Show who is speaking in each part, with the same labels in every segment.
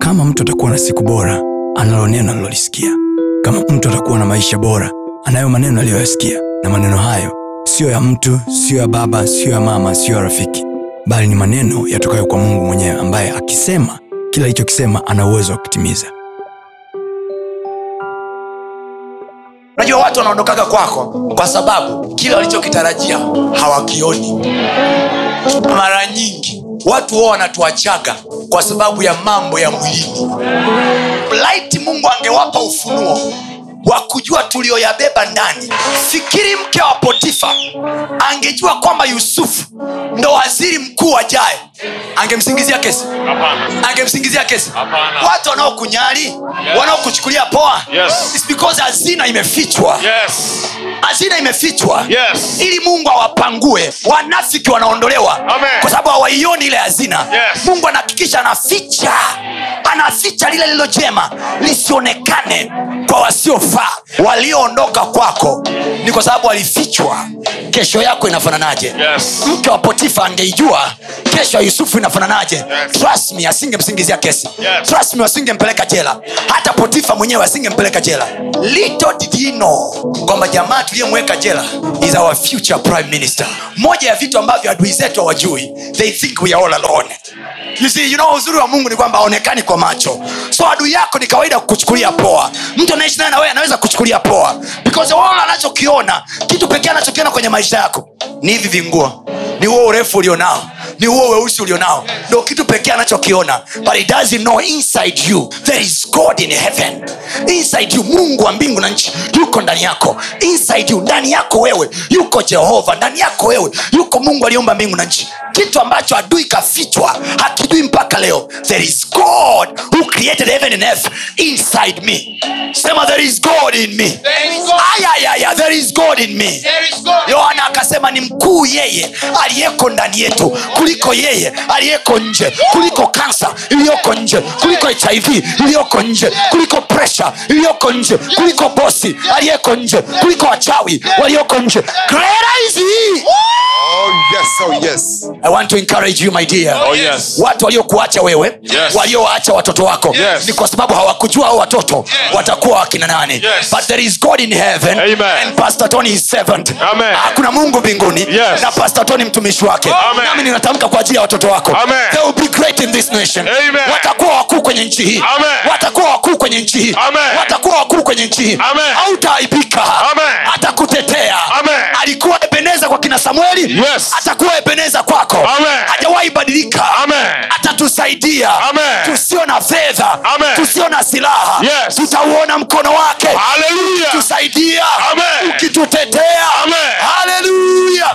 Speaker 1: Kama mtu atakuwa na siku bora, analo neno alilolisikia. Kama mtu atakuwa na maisha bora, anayo maneno aliyoyasikia, na maneno hayo siyo ya mtu, siyo ya baba, siyo ya mama, siyo ya rafiki, bali ni maneno yatokayo kwa Mungu mwenyewe, ambaye akisema kila alichokisema ana uwezo wa kutimiza.
Speaker 2: unajua watu wanaondokaga kwako kwa sababu kile walichokitarajia hawakioni mara nyingi watu huwa wanatuachaga kwa sababu ya mambo ya mwilini laiti mungu angewapa ufunuo wa kujua tuliyoyabeba ndani fikiri mke wa potifa angejua kwamba yusufu ndo waziri mkuu ajaye angemsingizia kesi angemsingizia kesi
Speaker 3: Hapana.
Speaker 2: watu wanaokunyali wanaokuchukulia poa
Speaker 3: Yes.
Speaker 2: It's because hazina imefichwa
Speaker 3: Yes.
Speaker 2: hazina imefichwa
Speaker 3: Yes.
Speaker 2: ili mungu awapangue wanafiki wanaondolewa
Speaker 3: Amen.
Speaker 2: kwa sababu hawaioni ile hazina
Speaker 3: Yes.
Speaker 2: mungu anahakikisha anaficha anaficha lile lililo jema lisionekane kwa wasiofaa walioondoka kwako ni kwa sababu walifichwa kesho yako inafananaje
Speaker 3: Yes.
Speaker 2: mke wa potifa angeijua kesho ya yusufu inafananaje yes. me asingemsingizia kesi
Speaker 3: Yes.
Speaker 2: yes. me wasingempeleka jela hata potifa mwenyewe asingempeleka jela lito didino kwamba jamaa tuliyemweka jela is our future prime minister moja ya vitu ambavyo adui zetu hawajui they think we are all alone You see, you know, uzuri wa mungu ni kwamba aonekani kwa macho so adui yako ni kawaida kukuchukulia poa mtu anaishi naye nawe anaweza kuchukulia poa because all anachokiona kitu pekee anachokiona kwenye maisha yako ni hivi vinguo ni huo urefu ulionao ni huo weusi ulionao ndo kitu pekee anachokiona but he doesn't know inside you there is god in heaven inside you mungu wa mbingu na nchi yuko ndani yako inside you ndani yako wewe yuko jehova ndani yako wewe yuko mungu aliyeumba mbingu na nchi kitu ambacho adui kafichwa hakijui mpaka leo there is god who created heaven and earth inside me sema there is god in me ayayaya there is god in me yohana akasema ni mkuu yeye aliyeko ndani yetu kuliko yeye aliyeko nje kuliko kansa iliyoko nje kuliko hiv iliyoko nje kuliko presha iliyoko nje kuliko bosi aliyeko nje kuliko wachawi walioko nje Greater is he.
Speaker 4: Oh yes, oh yes.
Speaker 2: I want to encourage you my dear
Speaker 3: Oh, yes.
Speaker 2: watu waliokuacha wewe
Speaker 3: Yes.
Speaker 2: waliowaacha watoto wako
Speaker 3: Yes.
Speaker 2: ni kwa sababu hawakujua hao watoto yes. watakuwa wakina nani
Speaker 3: Yes.
Speaker 2: but there is god in heaven
Speaker 3: Amen.
Speaker 2: and pastor tony is servant
Speaker 3: Amen.
Speaker 2: Ah, kuna mungu mbinguni
Speaker 3: Yes.
Speaker 2: na pastor tony mtumishi wake
Speaker 3: Amen.
Speaker 2: nami ninatamka kwa ajili ya watoto wako
Speaker 3: Amen.
Speaker 2: they will be great in this nation
Speaker 3: Amen.
Speaker 2: watakuwa wakuu kwenye nchi hii
Speaker 3: Amen.
Speaker 2: watakuwa wakuu kwenye nchi hii
Speaker 3: Amen.
Speaker 2: watakuwa wakuu kwenye nchi hii
Speaker 3: Amen.
Speaker 2: hautaaibika
Speaker 3: Amen.
Speaker 2: atakutetea
Speaker 3: Amen.
Speaker 2: alikuwa ebeneza kwa kina samueli
Speaker 3: Yes.
Speaker 2: atakuwa ebeneza kwako
Speaker 3: Amen.
Speaker 2: hajawahi badilika
Speaker 3: Amen.
Speaker 2: atatusaidia
Speaker 3: Amen.
Speaker 2: tusio na fedha
Speaker 3: Amen.
Speaker 2: tusio na silaha
Speaker 3: Yes.
Speaker 2: tutauona mkono wake
Speaker 3: Hallelujah.
Speaker 2: tusaidia
Speaker 3: Amen.
Speaker 2: ukitutetea
Speaker 3: Amen.
Speaker 2: haleluya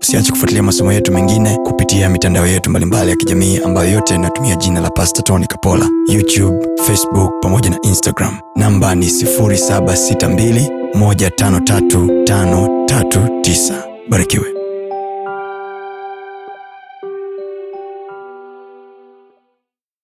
Speaker 1: usiache kufuatilia masomo yetu mengine kupitia mitandao yetu mbalimbali ya kijamii ambayo yote inatumia jina la pasta tony kapola youtube facebook pamoja na instagram namba ni 762153539 barikiwe